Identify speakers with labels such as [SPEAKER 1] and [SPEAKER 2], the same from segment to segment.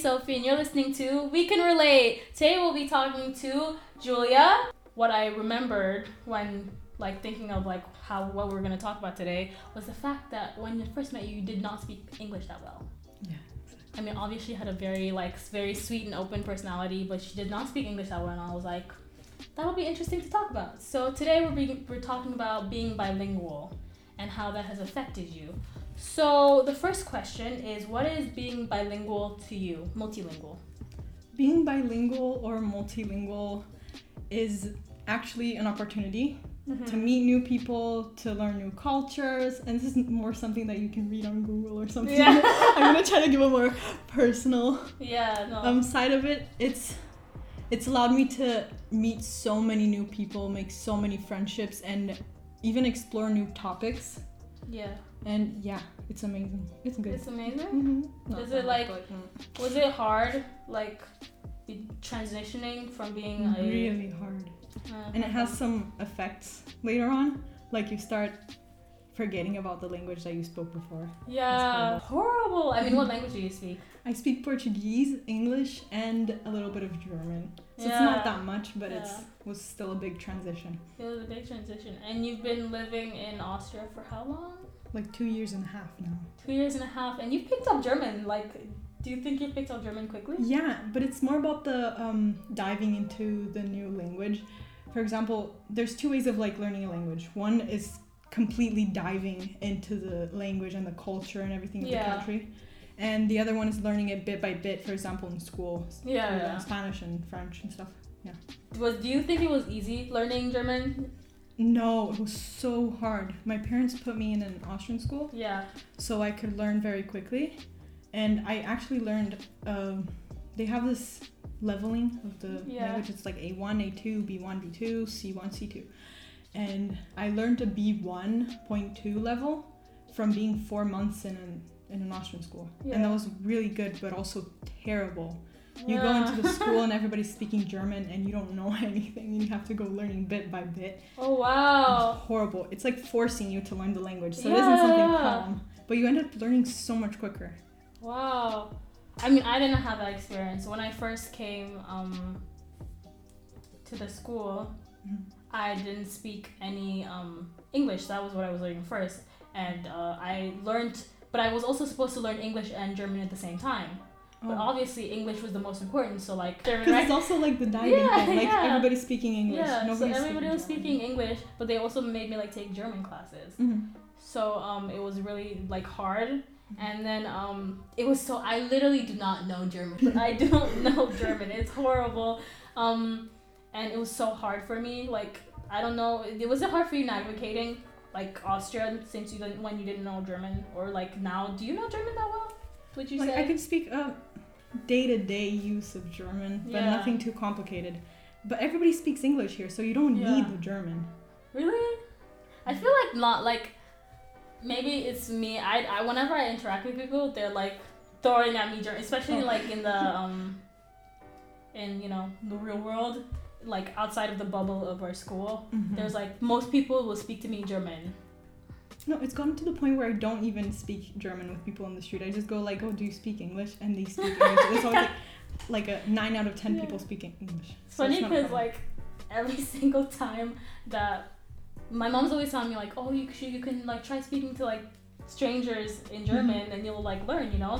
[SPEAKER 1] Sophie, and you're listening to We Can Relate. Today we'll be talking to Julia. What I remembered when like thinking of like how what we are gonna talk about today was the fact that when I first met you, you did not speak English that well.
[SPEAKER 2] Yeah.
[SPEAKER 1] I mean, obviously, you had a very like s- very sweet and open personality, but she did not speak English that well, and I was like, that would be interesting to talk about. So today we're being, we're talking about being bilingual and how that has affected you. So the first question is, what is being bilingual to you? Multilingual.
[SPEAKER 2] Being bilingual or multilingual is actually an opportunity to
[SPEAKER 1] Mm-hmm.
[SPEAKER 2] meet new people, to learn new cultures, and this is more something that you can read on Google or something.
[SPEAKER 1] Yeah.
[SPEAKER 2] I'm gonna try to give a more personal
[SPEAKER 1] Yeah. No.
[SPEAKER 2] um, side of it. It's it's allowed me to meet so many new people, make so many friendships, and even explore new topics.
[SPEAKER 1] yeah.
[SPEAKER 2] And yeah, it's amazing. It's good.
[SPEAKER 1] It's amazing.
[SPEAKER 2] hmm
[SPEAKER 1] Is it like-
[SPEAKER 2] mm.
[SPEAKER 1] Was it hard, like the transitioning from being a
[SPEAKER 2] really hard?
[SPEAKER 1] Uh,
[SPEAKER 2] And it has some effects later on. Like you start forgetting about the language that you spoke before.
[SPEAKER 1] yeah horrible. I mean, what language do you speak?
[SPEAKER 2] I speak Portuguese, English, and a little bit of German. So it's
[SPEAKER 1] Yeah.
[SPEAKER 2] not that much, but it's
[SPEAKER 1] Yeah.
[SPEAKER 2] was still a big transition.
[SPEAKER 1] It was a big transition, and you've been living in Austria for how long?
[SPEAKER 2] Like two years and a half now.
[SPEAKER 1] Two years and a half, and you picked up German. Like, do you think you picked up German quickly?
[SPEAKER 2] Yeah, but it's more about the um, diving into the new language. For example, there's two ways of like learning a language. One is completely diving into the language and the culture and everything of
[SPEAKER 1] Yeah.
[SPEAKER 2] the country, and the other one is learning it bit by bit. For example, in school, s-
[SPEAKER 1] Yeah,
[SPEAKER 2] with,
[SPEAKER 1] yeah.
[SPEAKER 2] um, Spanish and French and stuff.
[SPEAKER 1] Was do you think it was easy learning German?
[SPEAKER 2] No, it was so hard. My parents put me in an Austrian school,
[SPEAKER 1] Yeah.
[SPEAKER 2] so I could learn very quickly. And I actually learned, um, they have this leveling of the
[SPEAKER 1] Yeah.
[SPEAKER 2] language. It's like A1, A2, B1, B2, C1, C2. And I learned a B1.2 level from being four months in an, in an Austrian school. And
[SPEAKER 1] Yeah.
[SPEAKER 2] that was really good, but also terrible. You go into the school and everybody's speaking German and you don't know anything and you have to go learning bit by bit.
[SPEAKER 1] Oh
[SPEAKER 2] It's
[SPEAKER 1] wow.
[SPEAKER 2] horrible. It's like forcing you to learn the language. So it
[SPEAKER 1] Yeah.
[SPEAKER 2] isn't something calm. But you end up learning so much quicker.
[SPEAKER 1] Wow. I mean, I didn't have that experience. When I first came um, to the school,
[SPEAKER 2] Mhm.
[SPEAKER 1] I didn't speak any um, English. That was what I was learning first. And uh, I learned, but I was also supposed to learn English and German at the same time. But
[SPEAKER 2] Oh.
[SPEAKER 1] obviously, English was the most important. So, like,
[SPEAKER 2] 'Cause it's also like the diving
[SPEAKER 1] Yeah,
[SPEAKER 2] thing. Like
[SPEAKER 1] yeah.
[SPEAKER 2] everybody's speaking English.
[SPEAKER 1] yeah, so
[SPEAKER 2] Nobody's
[SPEAKER 1] everybody was speaking English, but they also made me like take German classes.
[SPEAKER 2] German.
[SPEAKER 1] So um, it was really like hard.
[SPEAKER 2] Mm-hmm.
[SPEAKER 1] And then um, it was so I literally do not know German. I don't know German. It's horrible. Um, and it was so hard for me. Like I don't know. It was it hard for you navigating like Austria since you didn't when you didn't know German or like now? Do you know German that well? Would you
[SPEAKER 2] Mhm. Like
[SPEAKER 1] say?
[SPEAKER 2] I can speak uh, day-to-day use of German, but
[SPEAKER 1] Yeah.
[SPEAKER 2] nothing too complicated. But everybody speaks English here, so you don't
[SPEAKER 1] Yeah.
[SPEAKER 2] need the German.
[SPEAKER 1] Really? I feel like not like maybe it's me. I, I whenever I interact with people, they're like throwing at me German, especially
[SPEAKER 2] Oh.
[SPEAKER 1] like in the um in you know the real world, like outside of the bubble of our school.
[SPEAKER 2] Mm-hmm.
[SPEAKER 1] There's like most people will speak to me in German.
[SPEAKER 2] No, it's gotten to the point where I don't even speak German with people on the street. I just go like, "Oh, do you speak English?" And they speak English. It's always like, like a nine out of ten
[SPEAKER 1] Yeah.
[SPEAKER 2] people speaking English.
[SPEAKER 1] It's
[SPEAKER 2] So
[SPEAKER 1] funny
[SPEAKER 2] not a
[SPEAKER 1] because
[SPEAKER 2] problem.
[SPEAKER 1] like every single time that my mom's always telling me like, oh, you should, you can like try speaking to like strangers
[SPEAKER 2] Mm-hmm.
[SPEAKER 1] in German and you'll like learn, you know.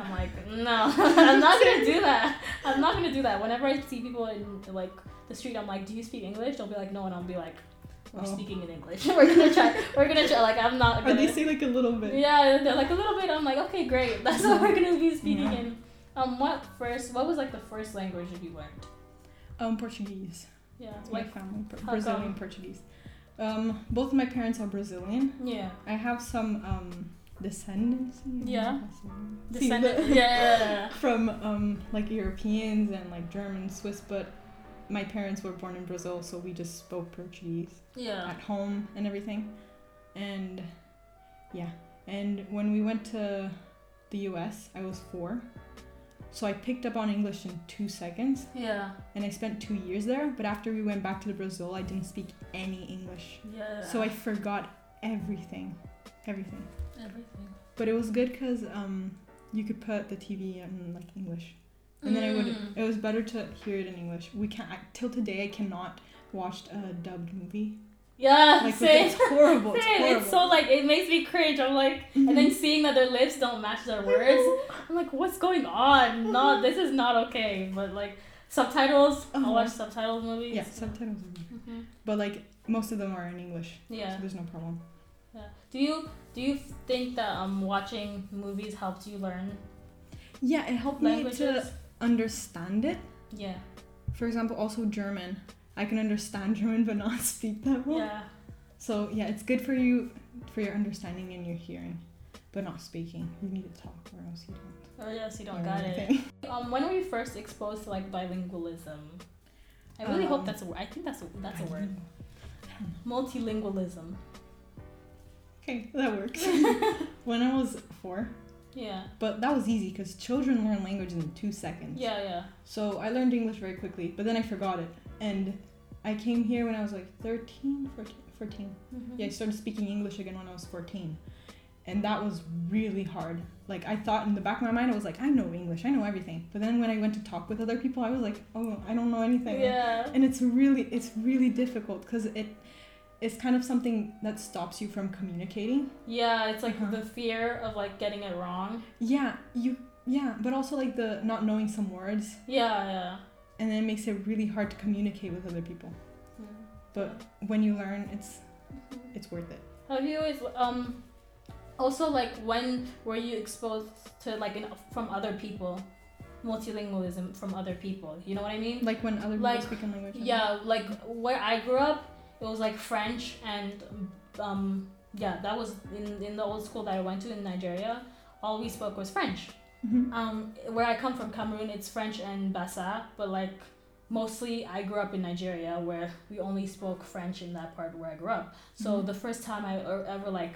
[SPEAKER 1] I'm like, no, I'm not gonna do that. I'm not gonna do that. Whenever I see people in like the street, I'm like, do you speak English? They'll be like, no, and I'll be like, we're
[SPEAKER 2] Oh.
[SPEAKER 1] speaking in English. we're gonna try. We're gonna try. Like, I'm not.
[SPEAKER 2] Or
[SPEAKER 1] Gonna,
[SPEAKER 2] they say like a little bit.
[SPEAKER 1] yeah, they're like a little bit. I'm like, okay, great. That's what we're gonna be speaking
[SPEAKER 2] Yeah.
[SPEAKER 1] in. Um, what first? What was like the first language that you learned?
[SPEAKER 2] Um, Portuguese.
[SPEAKER 1] Yeah,
[SPEAKER 2] It's
[SPEAKER 1] like
[SPEAKER 2] my family, Bra-
[SPEAKER 1] how
[SPEAKER 2] Brazilian
[SPEAKER 1] come?
[SPEAKER 2] Portuguese. Um, both of my parents are Brazilian.
[SPEAKER 1] yeah.
[SPEAKER 2] I have some um, descendants.
[SPEAKER 1] Yeah.
[SPEAKER 2] See,
[SPEAKER 1] Descendant.
[SPEAKER 2] the-
[SPEAKER 1] Yeah, yeah, yeah.
[SPEAKER 2] From um, like Europeans and like German, Swiss, but my parents were born in Brazil, so we just spoke Portuguese.
[SPEAKER 1] Yeah.
[SPEAKER 2] at home and everything. And yeah, and when we went to the US, I was four. So I picked up on English in two seconds
[SPEAKER 1] Yeah.
[SPEAKER 2] and I spent two years there. But after we went back to Brazil, I didn't speak any English.
[SPEAKER 1] Yeah.
[SPEAKER 2] So I forgot everything. Everything.
[SPEAKER 1] everything.
[SPEAKER 2] But it was good because um, you could put the TV in like English. and then I would.
[SPEAKER 1] Mm.
[SPEAKER 2] It was better to hear it in English. We can't I, till today. I cannot watch a dubbed movie.
[SPEAKER 1] Yeah,
[SPEAKER 2] Like with-
[SPEAKER 1] same.
[SPEAKER 2] it's horrible. It's
[SPEAKER 1] Same.
[SPEAKER 2] horrible. Mm-hmm.
[SPEAKER 1] It's so like it makes me cringe. I'm like, and then seeing that their lips don't match their words, I'm like, what's going
[SPEAKER 2] Mm-hmm.
[SPEAKER 1] on? No, this is not okay. But like subtitles,
[SPEAKER 2] Uh-huh.
[SPEAKER 1] I'll watch subtitles movies.
[SPEAKER 2] yeah, subtitles. Are good.
[SPEAKER 1] Mhm.
[SPEAKER 2] But like most of them are in English.
[SPEAKER 1] Yeah.
[SPEAKER 2] So there's no problem.
[SPEAKER 1] yeah. Do you do you think that um watching movies helps you learn
[SPEAKER 2] Yeah, it helped me to
[SPEAKER 1] languages?
[SPEAKER 2] understand it.
[SPEAKER 1] Yeah.
[SPEAKER 2] For example, also German. I can understand German but not speak that well.
[SPEAKER 1] Yeah.
[SPEAKER 2] So yeah, it's good for you for your understanding and your hearing, but not speaking. You need to talk or else you don't.
[SPEAKER 1] Or else Oh, you don't
[SPEAKER 2] learn
[SPEAKER 1] got it.
[SPEAKER 2] anything.
[SPEAKER 1] Um, when were you first exposed to like bilingualism? I really
[SPEAKER 2] Um,
[SPEAKER 1] hope that's a word. I think that's a, that's a
[SPEAKER 2] I don't
[SPEAKER 1] word.
[SPEAKER 2] know. I don't know.
[SPEAKER 1] Multilingualism.
[SPEAKER 2] Okay, that works. when I was four,
[SPEAKER 1] Yeah.
[SPEAKER 2] but that was easy because children learn language in two seconds.
[SPEAKER 1] Yeah. Yeah.
[SPEAKER 2] So I learned English very quickly, but then I forgot it. And I came here when I was like 13, 14. 14.
[SPEAKER 1] Mhm.
[SPEAKER 2] Yeah, I started speaking English again when I was 14. And that was really hard. Like, I thought in the back of my mind, I was like, I know English, I know everything. But then when I went to talk with other people, I was like, oh, I don't know anything.
[SPEAKER 1] Yeah.
[SPEAKER 2] And it's really, it's really difficult because it, it's kind of something that stops you from communicating.
[SPEAKER 1] Yeah, it's like
[SPEAKER 2] Uh-huh.
[SPEAKER 1] the fear of like getting it wrong.
[SPEAKER 2] Yeah, you, yeah, but also like the not knowing some words.
[SPEAKER 1] Yeah, yeah.
[SPEAKER 2] And then it makes it really hard to communicate with other people. But when you learn, it's, it's worth it.
[SPEAKER 1] Have you always um also like when were you exposed to like an, from other people multilingualism from other people? You know what I mean?
[SPEAKER 2] Like when other people
[SPEAKER 1] Like,
[SPEAKER 2] speak in language.
[SPEAKER 1] Yeah, like where I grew up, it was like French and um yeah, that was in in the old school that I went to in Nigeria. All we spoke was French.
[SPEAKER 2] Mhm.
[SPEAKER 1] Um, where I come from, Cameroon, it's French and Bassa, but like mostly I grew up in Nigeria where we only spoke French in that part where I grew up. So
[SPEAKER 2] Mhm.
[SPEAKER 1] the first time I er- ever like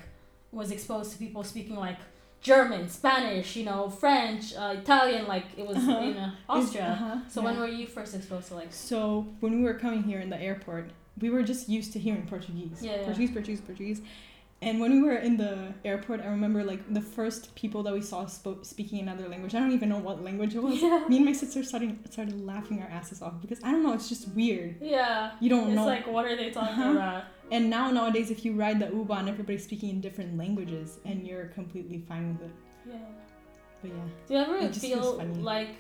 [SPEAKER 1] was exposed to people speaking like German, Spanish, you know, French, uh, Italian, like it was
[SPEAKER 2] Uh-huh.
[SPEAKER 1] in uh,
[SPEAKER 2] It's-
[SPEAKER 1] Austria.
[SPEAKER 2] uh-huh,
[SPEAKER 1] So
[SPEAKER 2] yeah.
[SPEAKER 1] when were you first exposed to like?
[SPEAKER 2] So when we were coming here in the airport, we were just used to hearing Portuguese.
[SPEAKER 1] Yeah, yeah.
[SPEAKER 2] Portuguese, Portuguese, Portuguese. And when we were in the airport, I remember like the first people that we saw spoke, speaking another language. I don't even know what language it was.
[SPEAKER 1] Yeah.
[SPEAKER 2] Me and my sister started started laughing our asses off because I don't know. It's just weird.
[SPEAKER 1] Yeah.
[SPEAKER 2] You don't
[SPEAKER 1] It's
[SPEAKER 2] know.
[SPEAKER 1] like what are they talking
[SPEAKER 2] Oh, Uh-huh.
[SPEAKER 1] about?
[SPEAKER 2] and now nowadays, if you ride the Uber and everybody's speaking in different languages, and you're completely fine with it.
[SPEAKER 1] Yeah.
[SPEAKER 2] But yeah.
[SPEAKER 1] Do you ever
[SPEAKER 2] It just feels
[SPEAKER 1] feel
[SPEAKER 2] funny.
[SPEAKER 1] like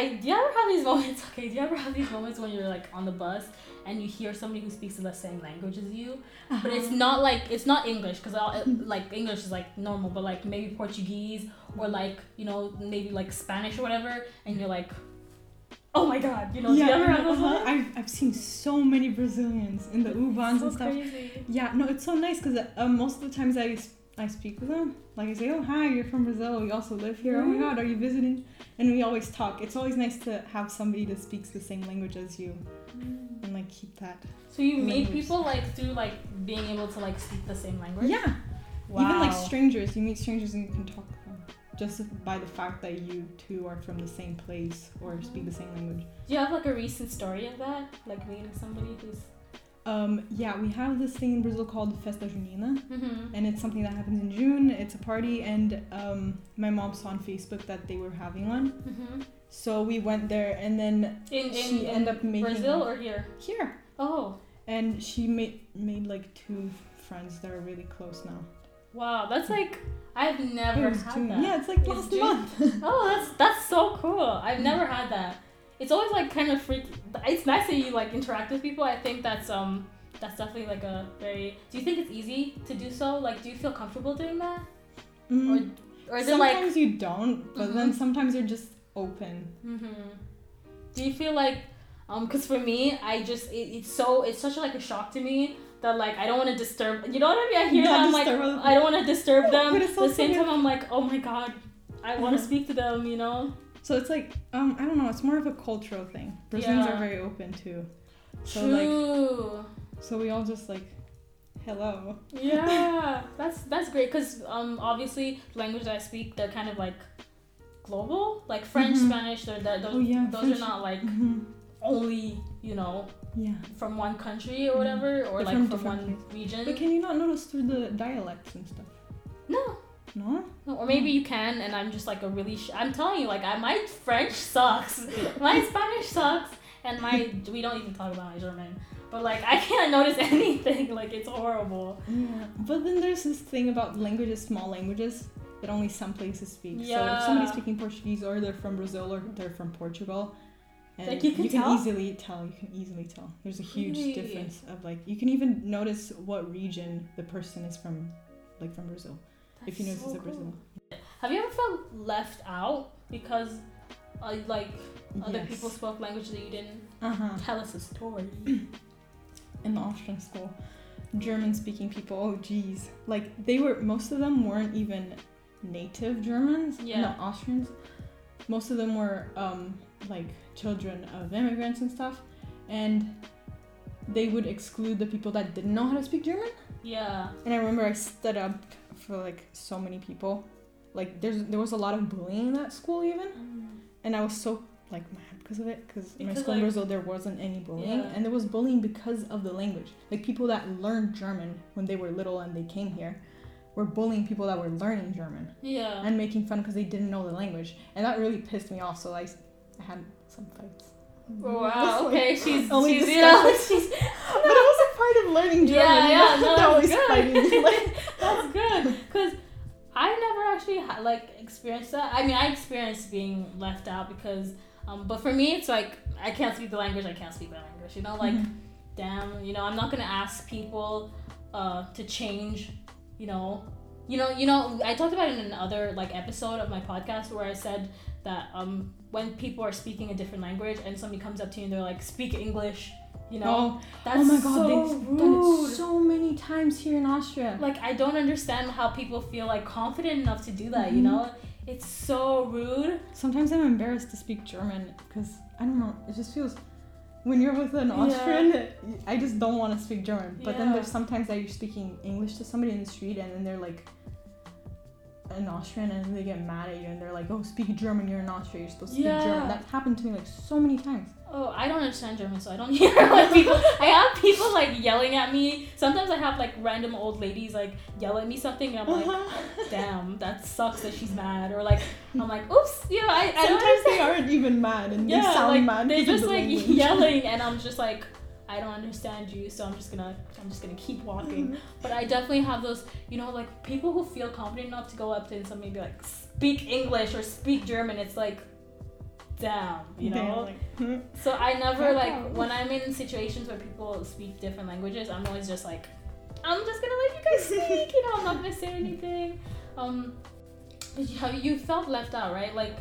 [SPEAKER 1] I do you ever have these moments okay, do you ever have these moments when you're like on the bus and you hear somebody who speaks the same language as you? But
[SPEAKER 2] Uh-huh.
[SPEAKER 1] it's not like it's not English because
[SPEAKER 2] Mm-hmm.
[SPEAKER 1] like English is like normal, but like maybe Portuguese or like you know maybe like Spanish or whatever, and you're like, oh my god, you know, do you ever have those
[SPEAKER 2] uh-huh.
[SPEAKER 1] moments?
[SPEAKER 2] I've, I've seen so many Brazilians in the Ubans
[SPEAKER 1] So
[SPEAKER 2] and stuff.
[SPEAKER 1] crazy.
[SPEAKER 2] Yeah, no, it's so nice because uh, most of the times I, s- I speak with them, like I say, oh, hi, you're from Brazil, you also live here, oh my
[SPEAKER 1] Mhm.
[SPEAKER 2] god, are you visiting? And we always talk. It's always nice to have somebody that speaks the same language as you and like keep that.
[SPEAKER 1] So you meet
[SPEAKER 2] Language.
[SPEAKER 1] people like through like being able to like speak the same language.
[SPEAKER 2] Yeah,
[SPEAKER 1] Wow.
[SPEAKER 2] even like strangers, you meet strangers and you can talk to them just by the fact that you two are from the same place or speak the same language.
[SPEAKER 1] Do you have like a recent story of that? Like meeting somebody who's.
[SPEAKER 2] Um, yeah, we have this thing in Brazil called Festa Junina.
[SPEAKER 1] Mm-hmm.
[SPEAKER 2] and it's something that happens in June. It's a party, and um, my mom saw on Facebook that they were having one,
[SPEAKER 1] Mm-hmm.
[SPEAKER 2] so we went there, and then
[SPEAKER 1] In, in,
[SPEAKER 2] She
[SPEAKER 1] in
[SPEAKER 2] end up making-
[SPEAKER 1] Brazil or here?
[SPEAKER 2] here,
[SPEAKER 1] Oh,
[SPEAKER 2] and she made made like two friends that are really close now.
[SPEAKER 1] wow. That's like. I've never
[SPEAKER 2] It was
[SPEAKER 1] had
[SPEAKER 2] June.
[SPEAKER 1] that.
[SPEAKER 2] Yeah, it's like
[SPEAKER 1] It's
[SPEAKER 2] last
[SPEAKER 1] June.
[SPEAKER 2] month.
[SPEAKER 1] Oh, that's that's so cool. I've never had that. It's always like kind of freaky. It's nice that you like interact with people. I think that's um that's definitely like a very. Do you think it's easy to do so? Like, do you feel comfortable doing that,
[SPEAKER 2] Mm,
[SPEAKER 1] or or is it like?
[SPEAKER 2] sometimes you don't, but then
[SPEAKER 1] Mhm.
[SPEAKER 2] sometimes you're just open.
[SPEAKER 1] hmm Do you feel like um? Cause for me, I just it, it's so it's such like a shock to me that like I don't want to disturb. You know what I mean? I hear
[SPEAKER 2] Yeah,
[SPEAKER 1] that I'm like
[SPEAKER 2] disturb other
[SPEAKER 1] I don't want to disturb them.
[SPEAKER 2] But it's so
[SPEAKER 1] At the same
[SPEAKER 2] funny.
[SPEAKER 1] time, I'm like oh my god, I want to
[SPEAKER 2] Uh-huh.
[SPEAKER 1] speak to them. You know.
[SPEAKER 2] So it's like um, I don't know. It's more of a cultural thing. Brazilians
[SPEAKER 1] Yeah.
[SPEAKER 2] are very open too, So, like-
[SPEAKER 1] True.
[SPEAKER 2] so we all just like, hello.
[SPEAKER 1] yeah that's that's great because um obviously the language that i speak they're kind of like global like french
[SPEAKER 2] Mhm.
[SPEAKER 1] spanish they're, they're those,
[SPEAKER 2] Oh, yeah,
[SPEAKER 1] those
[SPEAKER 2] French.
[SPEAKER 1] are not like
[SPEAKER 2] Mhm.
[SPEAKER 1] only you know
[SPEAKER 2] Yeah.
[SPEAKER 1] from one country or
[SPEAKER 2] Mhm.
[SPEAKER 1] whatever or
[SPEAKER 2] They're
[SPEAKER 1] like
[SPEAKER 2] from
[SPEAKER 1] from
[SPEAKER 2] different
[SPEAKER 1] one region
[SPEAKER 2] But can you not notice through the dialects and stuff?
[SPEAKER 1] no
[SPEAKER 2] No?
[SPEAKER 1] No, Or maybe you can, and I'm just like a really. Sh- I'm telling you, like I, my French sucks, my Spanish sucks, and my we don't even talk about my German. But like I can't notice anything. Like it's horrible.
[SPEAKER 2] Yeah. But then there's this thing about languages, small languages, that only some places speak. So if
[SPEAKER 1] Yeah.
[SPEAKER 2] somebody's speaking Portuguese or they're from Brazil or they're from Portugal, and
[SPEAKER 1] Like, you can tell?
[SPEAKER 2] easily tell. You can easily tell. There's a huge
[SPEAKER 1] Really?
[SPEAKER 2] difference of like you can even notice what region the person is from, like from Brazil. if you
[SPEAKER 1] That's
[SPEAKER 2] notice
[SPEAKER 1] so
[SPEAKER 2] it's a Brazil.
[SPEAKER 1] cool. Have you ever felt left out because, uh, like, other people spoke languages that you didn't?
[SPEAKER 2] Uh huh.
[SPEAKER 1] Tell us a story.
[SPEAKER 2] in the Austrian school, German speaking people, oh geez. Like they were most of them weren't even native Germans.
[SPEAKER 1] Yeah.
[SPEAKER 2] No, Austrians. Most of them were um like children of immigrants and stuff. And they would exclude the people that didn't know how to speak German.
[SPEAKER 1] Yeah.
[SPEAKER 2] And I remember I stood up for like so many people. Like there's there was a lot of bullying in that school even and I was so like mad because of it because in my
[SPEAKER 1] Because,
[SPEAKER 2] school in
[SPEAKER 1] like-
[SPEAKER 2] Brazil there wasn't any bullying
[SPEAKER 1] Yeah.
[SPEAKER 2] and there was bullying because of the language like people that learned German when they were little and they came here were bullying people that were learning German
[SPEAKER 1] Yeah.
[SPEAKER 2] and making fun because they didn't know the language and that really pissed me off so I, s- I had some fights
[SPEAKER 1] Oh, Wow.
[SPEAKER 2] Like,
[SPEAKER 1] Okay. She's
[SPEAKER 2] only
[SPEAKER 1] she's you know,
[SPEAKER 2] discuss-
[SPEAKER 1] she's
[SPEAKER 2] but it was a part of learning German
[SPEAKER 1] Yeah,
[SPEAKER 2] you
[SPEAKER 1] yeah,
[SPEAKER 2] know?
[SPEAKER 1] no,
[SPEAKER 2] They're always
[SPEAKER 1] good.
[SPEAKER 2] fighting like,
[SPEAKER 1] that's good because I never actually ha- like experienced that. I mean, I experienced being left out because, um, but for me, it's like I can't speak the language. I can't speak the language. You know, like
[SPEAKER 2] Mm-hmm.
[SPEAKER 1] damn, you know, I'm not gonna ask people uh, to change. You know, you know, you know. I talked about it in another like episode of my podcast where I said that um, when people are speaking a different language and somebody comes up to you and they're like, speak English. You know,
[SPEAKER 2] oh,
[SPEAKER 1] that's
[SPEAKER 2] oh my god
[SPEAKER 1] so
[SPEAKER 2] they've
[SPEAKER 1] rude.
[SPEAKER 2] done it so many times here in Austria
[SPEAKER 1] Like I don't understand how people feel like confident enough to do that, you
[SPEAKER 2] Mhm.
[SPEAKER 1] know? It's so rude.
[SPEAKER 2] Sometimes I'm embarrassed to speak German because I don't know. It just feels when you're with an
[SPEAKER 1] Yeah.
[SPEAKER 2] Austrian, I just don't want to speak German. But then
[SPEAKER 1] Yeah.
[SPEAKER 2] there's sometimes that you're speaking English to somebody in the street and then they're like an Austrian and they get mad at you and they're like, "Oh, speak German. You're an Austrian. You're supposed to speak
[SPEAKER 1] Yeah.
[SPEAKER 2] German." That happened to me like so many times.
[SPEAKER 1] Oh, I don't understand German, so I don't hear what people I have people like yelling at me. Sometimes I have like random old ladies like yell at me something and
[SPEAKER 2] Uh-huh.
[SPEAKER 1] I'm like, damn, that sucks that she's mad or like I'm like, oops, you know, I, I don't
[SPEAKER 2] sometimes
[SPEAKER 1] understand.
[SPEAKER 2] they aren't even mad and
[SPEAKER 1] yeah,
[SPEAKER 2] they sound
[SPEAKER 1] like,
[SPEAKER 2] mad.
[SPEAKER 1] They're
[SPEAKER 2] 'cause of
[SPEAKER 1] just
[SPEAKER 2] the
[SPEAKER 1] like
[SPEAKER 2] language.
[SPEAKER 1] yelling and I'm just like I don't understand you, so I'm just gonna I'm just gonna keep walking. But I definitely have those, you know, like people who feel confident enough to go up to and somebody and be like, speak English or speak German. It's like, damn, you know.
[SPEAKER 2] They're like, "Hmm."
[SPEAKER 1] So I never
[SPEAKER 2] Yeah.
[SPEAKER 1] like when I'm in situations where people speak different languages, I'm always just like, I'm just gonna let you guys speak. You know, I'm not gonna say anything. Um, but you, have- you felt left out, right? Like,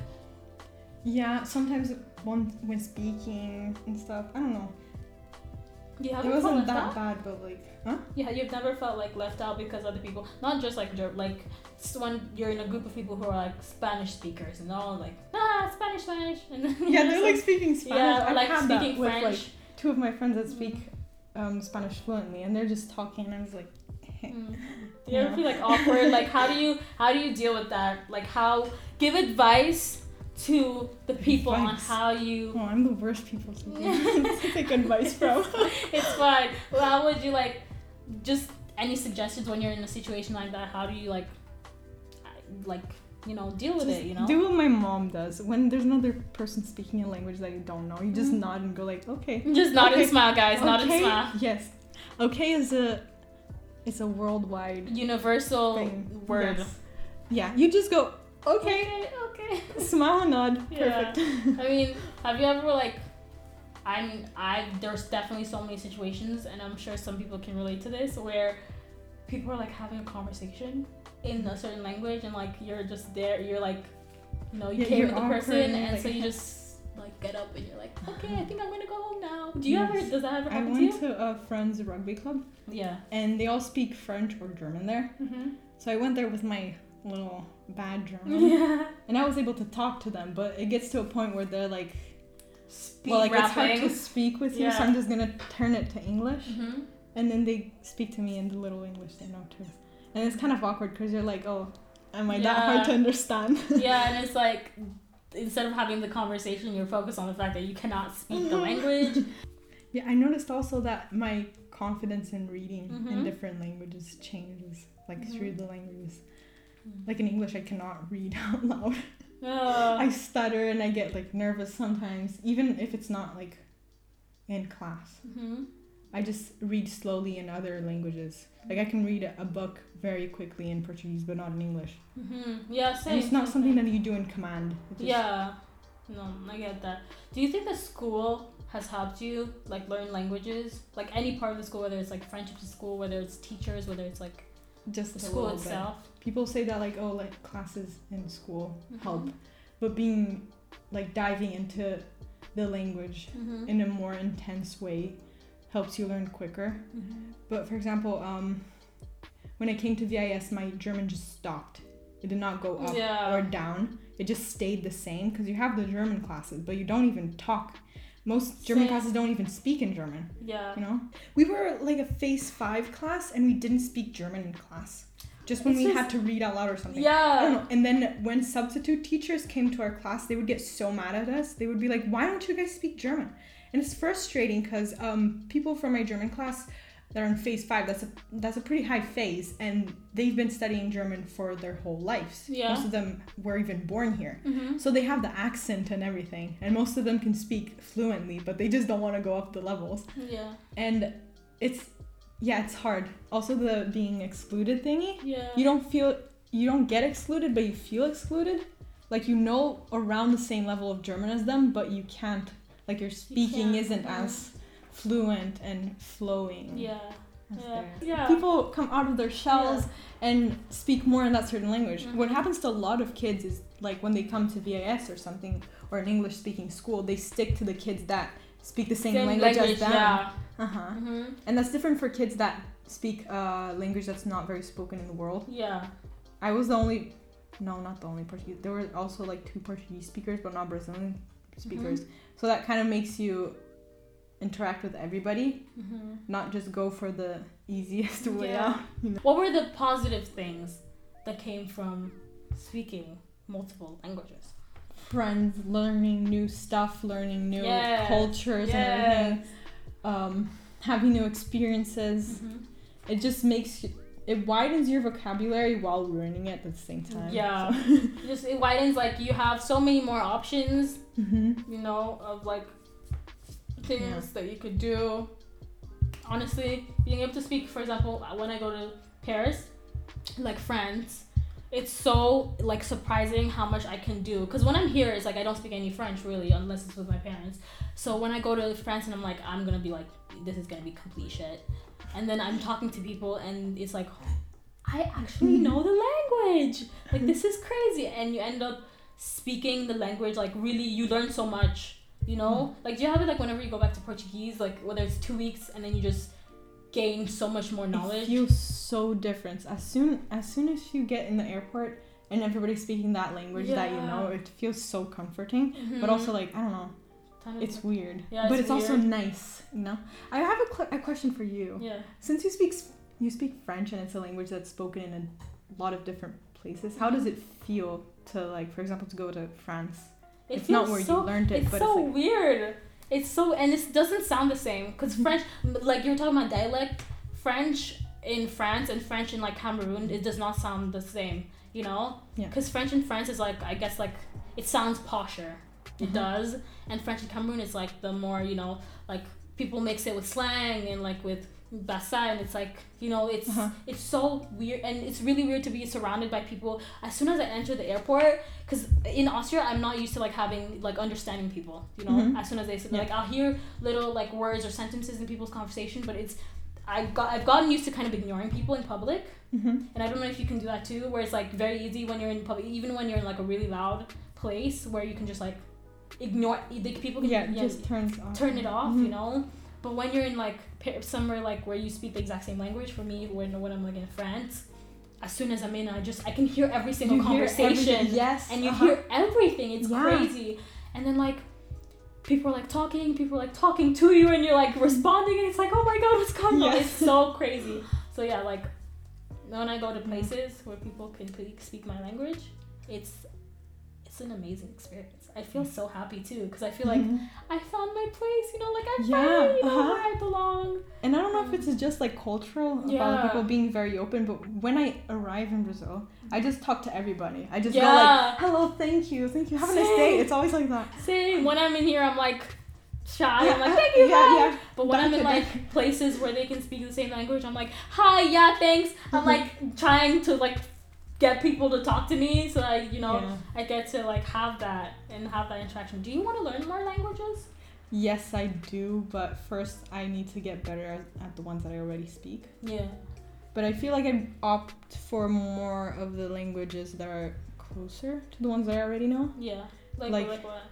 [SPEAKER 2] Yeah, sometimes when when speaking and stuff, I don't know.
[SPEAKER 1] you
[SPEAKER 2] It
[SPEAKER 1] haven't felt
[SPEAKER 2] wasn't
[SPEAKER 1] left
[SPEAKER 2] that
[SPEAKER 1] out.
[SPEAKER 2] bad, but like, huh?
[SPEAKER 1] Yeah, you've never felt like left out because other people, not just like Ger- like s- when you're in a group of people who are like Spanish speakers and they're all like ah Spanish Spanish and then
[SPEAKER 2] Yeah,
[SPEAKER 1] you're
[SPEAKER 2] they're like
[SPEAKER 1] just
[SPEAKER 2] speaking Spanish.
[SPEAKER 1] yeah or
[SPEAKER 2] I've
[SPEAKER 1] like
[SPEAKER 2] had that
[SPEAKER 1] speaking
[SPEAKER 2] with,
[SPEAKER 1] French. Mm-hmm.
[SPEAKER 2] like, two of my friends that speak um, Spanish fluently, and they're just talking, and I was like,
[SPEAKER 1] Mm. Do you ever
[SPEAKER 2] No.
[SPEAKER 1] feel like awkward? like how do you how do you deal with that? Like how give advice to the people on
[SPEAKER 2] Advice.
[SPEAKER 1] how you.
[SPEAKER 2] "Oh, I'm the worst people to give take advice from."
[SPEAKER 1] It's fine. Well, how would you like? Just any suggestions when you're in a situation like that? How do you like, I- like you know deal with
[SPEAKER 2] Just
[SPEAKER 1] it? You know.
[SPEAKER 2] Do what my mom does when there's another person speaking a language that you don't know. You just
[SPEAKER 1] Mhm.
[SPEAKER 2] nod and go like, "Okay."
[SPEAKER 1] Just nod
[SPEAKER 2] Okay.
[SPEAKER 1] and smile, guys. Nod and
[SPEAKER 2] okay.
[SPEAKER 1] smile.
[SPEAKER 2] Yes. Okay is a it's a worldwide
[SPEAKER 1] Universal
[SPEAKER 2] thing.
[SPEAKER 1] word.
[SPEAKER 2] Yes. Yeah, you just go okay,
[SPEAKER 1] Okay. Okay.
[SPEAKER 2] smile and nod.
[SPEAKER 1] Yeah.
[SPEAKER 2] Perfect.
[SPEAKER 1] I mean, have you ever like? I mean, I there's definitely so many situations, and I'm sure some people can relate to this where people are like having a conversation in a certain language, and like you're just there, you're like, you know, you
[SPEAKER 2] Yeah,
[SPEAKER 1] came
[SPEAKER 2] you're
[SPEAKER 1] with the
[SPEAKER 2] awkward,
[SPEAKER 1] person,
[SPEAKER 2] and
[SPEAKER 1] and
[SPEAKER 2] like-
[SPEAKER 1] so you just like get up and you're like, okay, I think I'm gonna go home now. Do you ever?
[SPEAKER 2] Yes.
[SPEAKER 1] Does that ever
[SPEAKER 2] I
[SPEAKER 1] happen to you?
[SPEAKER 2] went to a friend's rugby club
[SPEAKER 1] Yeah.
[SPEAKER 2] and they all speak French or German there.
[SPEAKER 1] Mm-hmm.
[SPEAKER 2] So I went there with my little bad German
[SPEAKER 1] Yeah.
[SPEAKER 2] and I was able to talk to them, but it gets to a point where they're like,
[SPEAKER 1] Speed
[SPEAKER 2] well, like it's
[SPEAKER 1] rapping.
[SPEAKER 2] hard to speak with you, so
[SPEAKER 1] Yeah.
[SPEAKER 2] I'm just gonna turn it to English.
[SPEAKER 1] hmm
[SPEAKER 2] And then they speak to me in the little English they know too. And it's kind of awkward because you're like, oh, am I that hard
[SPEAKER 1] Yeah.
[SPEAKER 2] to understand?
[SPEAKER 1] yeah, and it's like instead of having the conversation, you're focused on the fact that you cannot speak the
[SPEAKER 2] Mhm.
[SPEAKER 1] language.
[SPEAKER 2] yeah, I noticed also that my confidence in reading in
[SPEAKER 1] Mhm. Mm-hmm.
[SPEAKER 2] different languages changes, like through the languages. Like in English, I cannot read out loud.
[SPEAKER 1] Uh,
[SPEAKER 2] I stutter and I get like nervous sometimes, even if it's not like in class.
[SPEAKER 1] hmm
[SPEAKER 2] I just read slowly in other languages. Like I can read a- a book very quickly in Portuguese, but not in English.
[SPEAKER 1] hmm Yeah, same.
[SPEAKER 2] And it's not
[SPEAKER 1] same,
[SPEAKER 2] something
[SPEAKER 1] same.
[SPEAKER 2] that you do in command. It just-
[SPEAKER 1] Yeah. No, I get that. Do you think the school has helped you like learn languages? Like any part of the school, whether it's like friendships at school, whether it's teachers, whether it's like
[SPEAKER 2] Just
[SPEAKER 1] the
[SPEAKER 2] a
[SPEAKER 1] school
[SPEAKER 2] little bit.
[SPEAKER 1] itself.
[SPEAKER 2] People say that like oh like classes in school help,
[SPEAKER 1] Mhm.
[SPEAKER 2] but being like diving into the language
[SPEAKER 1] Mhm.
[SPEAKER 2] in a more intense way helps you learn quicker.
[SPEAKER 1] Mhm.
[SPEAKER 2] But for example, um, when I came to VIS, my German just stopped. It did not go up
[SPEAKER 1] Yeah.
[SPEAKER 2] or down. It just stayed the same because you have the German classes, but you don't even talk. Most German
[SPEAKER 1] Same.
[SPEAKER 2] classes don't even speak in German.
[SPEAKER 1] Yeah.
[SPEAKER 2] You know, we were like a Phase Five class, and we didn't speak German in class. Just when
[SPEAKER 1] It's
[SPEAKER 2] we
[SPEAKER 1] just-
[SPEAKER 2] had to read out loud or something. I don't
[SPEAKER 1] Yeah.
[SPEAKER 2] know. Um, And then when substitute teachers came to our class, they would get so mad at us. They would be like, "Why don't you guys speak German?" And it's frustrating because um, people from my German class that are in phase five, that's a that's a pretty high phase, and they've been studying German for their whole lives.
[SPEAKER 1] Yeah.
[SPEAKER 2] Most of them were even born here.
[SPEAKER 1] Mhm.
[SPEAKER 2] So they have the accent and everything, and most of them can speak fluently, but they just don't want to go up the levels.
[SPEAKER 1] Yeah.
[SPEAKER 2] And it's yeah, it's hard. Also the being excluded thingy
[SPEAKER 1] Yeah.
[SPEAKER 2] you don't feel you don't get excluded but you feel excluded like you know around the same level of german as them but you can't like your speaking
[SPEAKER 1] can't,
[SPEAKER 2] isn't
[SPEAKER 1] yeah.
[SPEAKER 2] as fluent and flowing
[SPEAKER 1] Yeah.
[SPEAKER 2] as
[SPEAKER 1] Yeah.
[SPEAKER 2] theirs.
[SPEAKER 1] Yeah.
[SPEAKER 2] people come out of their shells and speak more in that certain language what
[SPEAKER 1] Mhm.
[SPEAKER 2] happens to a lot of kids is like when they come to vis or something or an english speaking school they stick to the kids that speak the same, language, as them
[SPEAKER 1] Yeah.
[SPEAKER 2] uh-huh
[SPEAKER 1] Mhm.
[SPEAKER 2] and that's different for kids that speak a language that's not very spoken in the world
[SPEAKER 1] Yeah.
[SPEAKER 2] I was the only, no, not the only Portuguese. There were also like two Portuguese speakers, but not Brazilian speakers.
[SPEAKER 1] Mm-hmm.
[SPEAKER 2] So that kind of makes you interact with everybody,
[SPEAKER 1] hmm
[SPEAKER 2] not just go for the easiest way
[SPEAKER 1] Yeah.
[SPEAKER 2] out.
[SPEAKER 1] What were the positive things that came from speaking multiple languages?
[SPEAKER 2] Friends, learning new stuff, learning new
[SPEAKER 1] Yes.
[SPEAKER 2] cultures and everything, um, having new experiences.
[SPEAKER 1] Mhm.
[SPEAKER 2] It just makes you, it widens your vocabulary while ruining it at the same time.
[SPEAKER 1] Yeah. Just it widens like you have so many more options,
[SPEAKER 2] hmm
[SPEAKER 1] you know, of like things
[SPEAKER 2] Yeah.
[SPEAKER 1] that you could do. Honestly, being able to speak, for example, uh, when I go to Paris, like France, it's so like surprising how much I can do. Cause when I'm here, it's like I don't speak any French really, unless it's with my parents. So when I go to France and I'm like, I'm gonna be like, this is gonna be complete shit. And then I'm talking to people and it's like, I actually know the language. Like this is crazy. And you end up speaking the language like really you learn so much. You know,
[SPEAKER 2] Hmm.
[SPEAKER 1] like do you have it like whenever you go back to Portuguese, like whether it's two weeks and then you just gain so much more
[SPEAKER 2] It
[SPEAKER 1] knowledge.
[SPEAKER 2] feels so different. As soon as soon as you get in the airport and everybody's speaking that language that you know,
[SPEAKER 1] Yeah.
[SPEAKER 2] it feels so comforting.
[SPEAKER 1] Mhm.
[SPEAKER 2] But also like I don't know,
[SPEAKER 1] Time
[SPEAKER 2] it's
[SPEAKER 1] is-
[SPEAKER 2] weird.
[SPEAKER 1] Mm-hmm. Yeah,
[SPEAKER 2] but it's
[SPEAKER 1] it's
[SPEAKER 2] also
[SPEAKER 1] weird.
[SPEAKER 2] nice, you know. I have a, cl- a question for you.
[SPEAKER 1] yeah.
[SPEAKER 2] Since you speak s- you speak French and it's a language that's spoken in a lot of different places, how does it feel to like, for example, to go to France?
[SPEAKER 1] It
[SPEAKER 2] it's not
[SPEAKER 1] feels
[SPEAKER 2] where
[SPEAKER 1] so
[SPEAKER 2] you learned it,
[SPEAKER 1] it's
[SPEAKER 2] but
[SPEAKER 1] so
[SPEAKER 2] it's like,
[SPEAKER 1] weird. It's so and it doesn't sound the same because
[SPEAKER 2] Mm-hmm.
[SPEAKER 1] French, like you were talking about dialect, French in France and French in like Cameroon, it does not sound the same. You know,
[SPEAKER 2] Yeah.
[SPEAKER 1] Because French in France is like I guess like it sounds posher. It
[SPEAKER 2] Mhm.
[SPEAKER 1] does, and French in Cameroon is like the more you know, like people mix it with slang and like with basa, and it's like you know, it's
[SPEAKER 2] Uh-huh.
[SPEAKER 1] it's so weird, and it's really weird to be surrounded by people. As soon as I enter the airport, because in Austria, I'm not used to like having like understanding people. You know,
[SPEAKER 2] Mhm.
[SPEAKER 1] as soon as they say
[SPEAKER 2] Yeah.
[SPEAKER 1] like, I'll hear little like words or sentences in people's conversation, but it's I got I've gotten used to kind of ignoring people in public,
[SPEAKER 2] Mhm.
[SPEAKER 1] and I don't know if you can do that too, where it's like very easy when you're in public, even when you're in like a really loud place where you can just like ignore the people. Can,
[SPEAKER 2] yeah, it just turns off.
[SPEAKER 1] turn it off,
[SPEAKER 2] Mhm.
[SPEAKER 1] you know. But when you're in like pa- somewhere like where you speak the exact same language, for me, when when I'm like in France, as soon as I'm in, I just I can hear every
[SPEAKER 2] You
[SPEAKER 1] single
[SPEAKER 2] hear everything-
[SPEAKER 1] conversation
[SPEAKER 2] yes,
[SPEAKER 1] and you
[SPEAKER 2] uh-huh.
[SPEAKER 1] hear everything. It's
[SPEAKER 2] Yeah.
[SPEAKER 1] crazy. And then like people are like talking, people are like talking to you, and you're like responding, and it's like, oh my god, what's going on?
[SPEAKER 2] Yeah.
[SPEAKER 1] It's so crazy. So yeah, like when I go
[SPEAKER 2] Mm-hmm.
[SPEAKER 1] to places where people can speak- speak my language, it's it's an amazing experience. I feel
[SPEAKER 2] Mm.
[SPEAKER 1] so happy too because I
[SPEAKER 2] Mm-hmm.
[SPEAKER 1] feel like I found my place. You know, like I
[SPEAKER 2] Yeah,
[SPEAKER 1] finally know
[SPEAKER 2] uh-huh.
[SPEAKER 1] where I belong.
[SPEAKER 2] And I don't know if it's just like cultural about
[SPEAKER 1] Um, Yeah.
[SPEAKER 2] people being very open, but when I arrive in Brazil, I just talk to everybody. I just
[SPEAKER 1] Yeah.
[SPEAKER 2] go like, "Hello, thank you, thank you, have a nice day."
[SPEAKER 1] Same.
[SPEAKER 2] It's always like that.
[SPEAKER 1] See, when I'm in here, I'm like shy.
[SPEAKER 2] Yeah,
[SPEAKER 1] I'm like
[SPEAKER 2] uh,
[SPEAKER 1] thank you,
[SPEAKER 2] yeah,
[SPEAKER 1] bye."
[SPEAKER 2] yeah.
[SPEAKER 1] But when I'm in
[SPEAKER 2] Thank
[SPEAKER 1] like places where they can speak the same language, I'm like hi, yeah, thanks. I'm
[SPEAKER 2] Mm-hmm.
[SPEAKER 1] like trying to like get people to talk to me so I, you know,
[SPEAKER 2] Yeah.
[SPEAKER 1] I get to like have that and have that interaction. Do you want to learn more languages?
[SPEAKER 2] Yes, I do, but first I need to get better at, at the ones that I already speak.
[SPEAKER 1] Yeah.
[SPEAKER 2] But I feel like I opt for more of the languages that are closer to the ones that I already know.
[SPEAKER 1] Yeah. Like
[SPEAKER 2] Like-
[SPEAKER 1] like, what?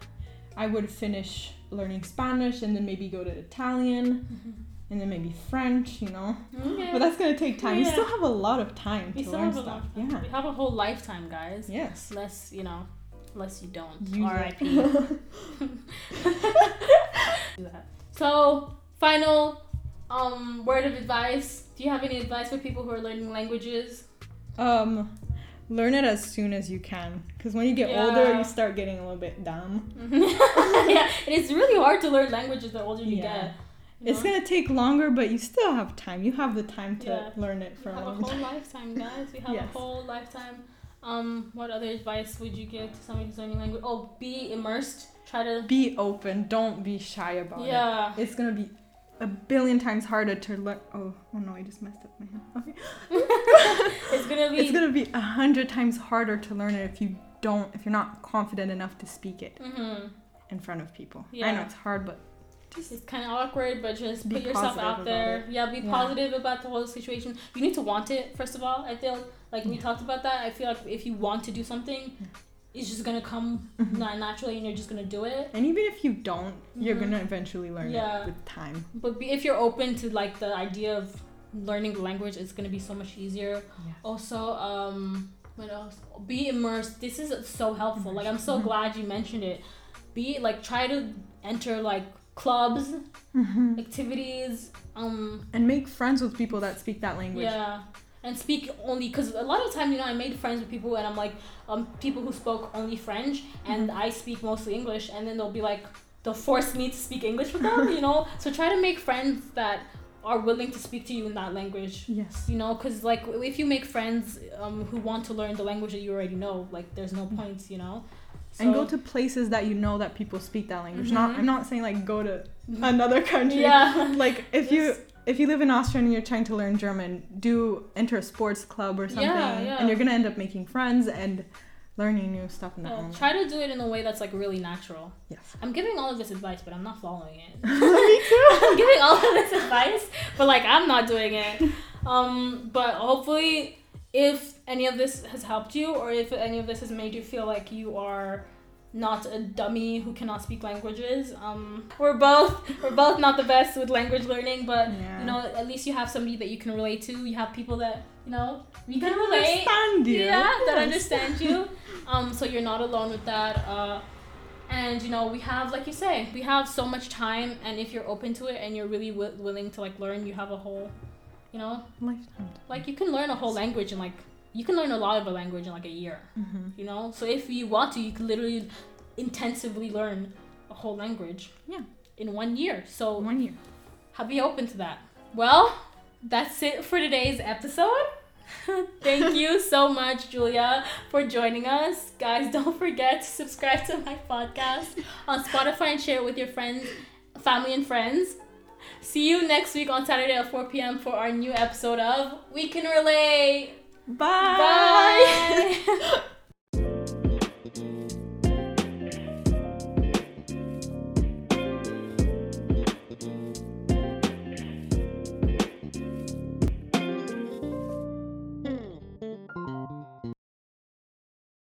[SPEAKER 2] I would finish learning Spanish and then maybe go to Italian and then maybe French, you know.
[SPEAKER 1] Okay.
[SPEAKER 2] But that's gonna take time. You
[SPEAKER 1] Yeah.
[SPEAKER 2] still have a lot of time to
[SPEAKER 1] we still
[SPEAKER 2] learn
[SPEAKER 1] have a
[SPEAKER 2] stuff.
[SPEAKER 1] lot.
[SPEAKER 2] Yeah.
[SPEAKER 1] We have a whole lifetime, guys.
[SPEAKER 2] Yes.
[SPEAKER 1] Less, you know, less you don't.
[SPEAKER 2] Use it.
[SPEAKER 1] R.I.P. Do that. So, final um, word of advice. Do you have any advice for people who are learning languages?
[SPEAKER 2] Um, learn it as soon as you can, because when you get
[SPEAKER 1] Yeah.
[SPEAKER 2] older, you start getting a little bit dumb.
[SPEAKER 1] yeah, and it's really hard to learn languages the older you
[SPEAKER 2] Yeah.
[SPEAKER 1] get. you
[SPEAKER 2] It's
[SPEAKER 1] know?
[SPEAKER 2] gonna take longer, but you still have time. You have the time to
[SPEAKER 1] Yeah.
[SPEAKER 2] learn it for
[SPEAKER 1] We
[SPEAKER 2] a
[SPEAKER 1] have a
[SPEAKER 2] long time.
[SPEAKER 1] whole lifetime, guys. We have
[SPEAKER 2] Yes.
[SPEAKER 1] a whole lifetime. Um, what other advice would you give to somebody who's learning language? Oh, be immersed. Try to.
[SPEAKER 2] Be open. Don't be shy about it.
[SPEAKER 1] Yeah.
[SPEAKER 2] It's gonna be a billion times harder to learn. Oh, oh no, I just messed up my hand. Okay.
[SPEAKER 1] It's gonna be.
[SPEAKER 2] It's gonna be a hundred times harder to learn it if you don't, if you're not confident enough to speak it
[SPEAKER 1] hmm
[SPEAKER 2] in front of people. I know
[SPEAKER 1] Yeah.
[SPEAKER 2] it's hard, but
[SPEAKER 1] It's kind of awkward, but just
[SPEAKER 2] Be
[SPEAKER 1] put yourself
[SPEAKER 2] positive
[SPEAKER 1] out
[SPEAKER 2] about
[SPEAKER 1] there.
[SPEAKER 2] it.
[SPEAKER 1] Yeah, be
[SPEAKER 2] Yeah.
[SPEAKER 1] positive about the whole situation. You need to want it, first of all. I feel like we
[SPEAKER 2] Yeah.
[SPEAKER 1] talked about that. I feel like if you want to do something,
[SPEAKER 2] Yeah.
[SPEAKER 1] it's just gonna come na- naturally, and you're just gonna do it.
[SPEAKER 2] and even if you don't, you're
[SPEAKER 1] Mhm.
[SPEAKER 2] gonna eventually learn it
[SPEAKER 1] Yeah.
[SPEAKER 2] with time.
[SPEAKER 1] But be, if you're open to like the idea of learning the language, it's gonna be so much easier. Also, um, what else? Be immersed. This is so helpful. Like I'm so
[SPEAKER 2] Immersed.
[SPEAKER 1] glad you mentioned it. Be like try to enter like clubs,
[SPEAKER 2] Mhm.
[SPEAKER 1] activities, um,
[SPEAKER 2] And make friends with people that speak that language.
[SPEAKER 1] Yeah. And speak only because a lot of time, you know, I made friends with people and I'm like, um, people who spoke only French and
[SPEAKER 2] Mm-hmm.
[SPEAKER 1] I speak mostly English, and then they'll be like, they'll force me to speak English with them, you know. So try to make friends that are willing to speak to you in that language,
[SPEAKER 2] Yes.
[SPEAKER 1] you know, because like if you make friends um, who want to learn the language that you already know, like there's no point, you know.
[SPEAKER 2] Mm-hmm. and go
[SPEAKER 1] So-
[SPEAKER 2] to places that you know that people speak that language. Not
[SPEAKER 1] Mhm.
[SPEAKER 2] I'm not saying like go to
[SPEAKER 1] Mhm.
[SPEAKER 2] another country.
[SPEAKER 1] yeah,
[SPEAKER 2] Like if you
[SPEAKER 1] Just-
[SPEAKER 2] if you live in Austria and you're trying to learn German, do enter a sports club or
[SPEAKER 1] Yeah,
[SPEAKER 2] something
[SPEAKER 1] yeah.
[SPEAKER 2] and you're gonna end up making friends and learning new stuff in that
[SPEAKER 1] Yeah,
[SPEAKER 2] language.
[SPEAKER 1] try to do it in a way that's like really natural.
[SPEAKER 2] Yes.
[SPEAKER 1] I'm giving all of this advice, but I'm not following it.
[SPEAKER 2] Me too.
[SPEAKER 1] I'm giving all of this advice, but like I'm not doing it. Um, but hopefully, if any of this has helped you, or if any of this has made you feel like you are not a dummy who cannot speak languages, um, we're both we're both not the best with language learning, but
[SPEAKER 2] Yeah.
[SPEAKER 1] you know at least you have somebody that you can relate to. You have people that you know we can
[SPEAKER 2] They
[SPEAKER 1] relate.
[SPEAKER 2] understand you.
[SPEAKER 1] Yeah, that
[SPEAKER 2] Yes.
[SPEAKER 1] understand you. Um, so you're not alone with that. Uh, and you know we have, like you say, we have so much time, and if you're open to it and you're really wi- willing to like learn, you have a whole, you know,
[SPEAKER 2] Lifetime.
[SPEAKER 1] like you can learn a whole language in like you can learn a lot of a language in like a year.
[SPEAKER 2] Mhm.
[SPEAKER 1] You know, so if you want to, you can literally intensively learn a whole language.
[SPEAKER 2] Yeah.
[SPEAKER 1] In one year, so
[SPEAKER 2] One year.
[SPEAKER 1] I'll be open to that. Well, that's it for today's episode. Thank you so much, Julia, for joining us. Guys, don't forget to subscribe to my podcast on Spotify and share it with your friends, family, and friends. See you next week on Saturday at 4 p.m. for our new episode of We Can Relate.
[SPEAKER 2] Bye.
[SPEAKER 1] Bye.